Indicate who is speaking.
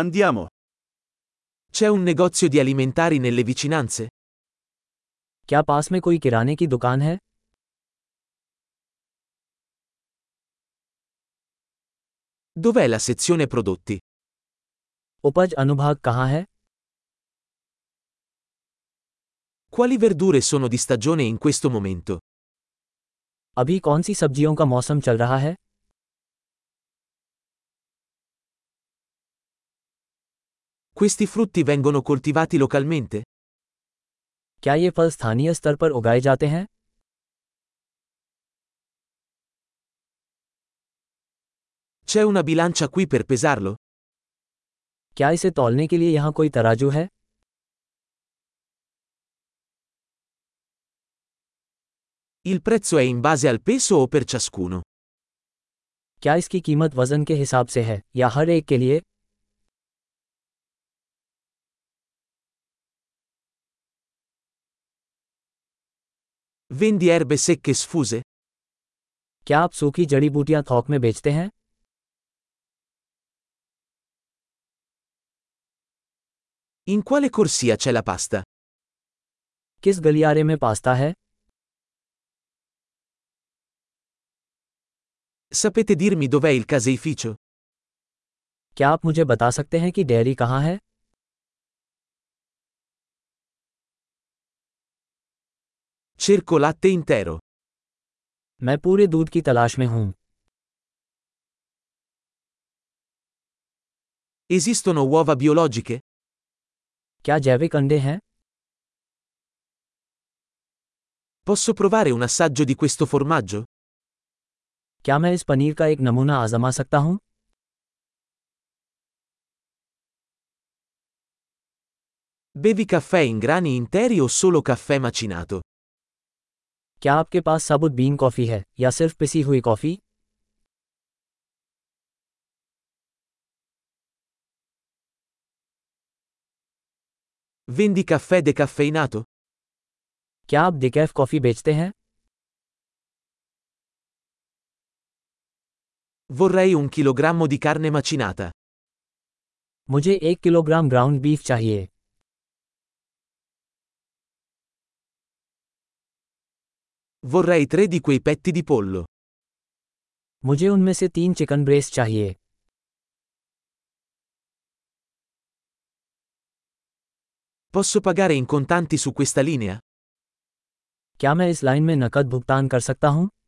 Speaker 1: Andiamo.
Speaker 2: C'è un negozio di alimentari nelle vicinanze?
Speaker 3: क्या पास में कोई किराने की दुकान है
Speaker 2: Dov'è la sezione prodotti?
Speaker 3: उपज अनुभाग कहाँ है
Speaker 2: Quali verdure sono di stagione in questo momento?
Speaker 3: अभी कौन सी सब्जियों का मौसम चल रहा है
Speaker 2: Questi frutti vengono coltivati localmente?
Speaker 3: क्या ये फल स्थानीय स्तर पर उगाए जाते हैं
Speaker 2: C'è una bilancia qui per pesarlo?
Speaker 3: क्या इसे तौलने के लिए यहाँ कोई तराजू है
Speaker 2: Il prezzo è in base al peso o per ciascuno?
Speaker 3: क्या इसकी कीमत वजन के हिसाब से है या हर एक के लिए
Speaker 2: Vendi erbe secche sfuse?
Speaker 3: क्या आप सूखी जड़ी बूटियां थोक में बेचते हैं
Speaker 2: In quale corsia c'è la pasta?
Speaker 3: किस गलियारे में पास्ता है
Speaker 2: Sapete dirmi dov'è il caseificio?
Speaker 3: क्या आप मुझे बता सकते हैं कि डेयरी कहाँ है
Speaker 2: Cerco latte intero.
Speaker 3: मैं पूरे दूध की तलाश में हूँ
Speaker 2: Esistono uova biologiche?
Speaker 3: क्या जैविक अंडे हैं
Speaker 2: Posso provare un assaggio di questo formaggio?
Speaker 3: क्या मैं इस पनीर का एक नमूना आजमा सकता हूँ
Speaker 2: Bevi caffè in grani interi o solo caffè macinato?
Speaker 3: क्या आपके पास साबुत बीन कॉफ़ी है या सिर्फ पिसी हुई कॉफ़ी
Speaker 2: Vendi caffè decaffeinato?
Speaker 3: क्या आप डिकैफ कॉफ़ी बेचते हैं
Speaker 2: Vorrei un chilogrammo di carne macinata.
Speaker 3: मुझे एक किलोग्राम ग्राउंड बीफ चाहिए
Speaker 2: Vorrei tre di quei petti di pollo.
Speaker 3: मुझे उनमें से तीन चिकन ब्रेस्ट चाहिए
Speaker 2: Posso pagare in contanti su questa linea?
Speaker 3: क्या मैं इस लाइन में नकद भुगतान कर सकता हूँ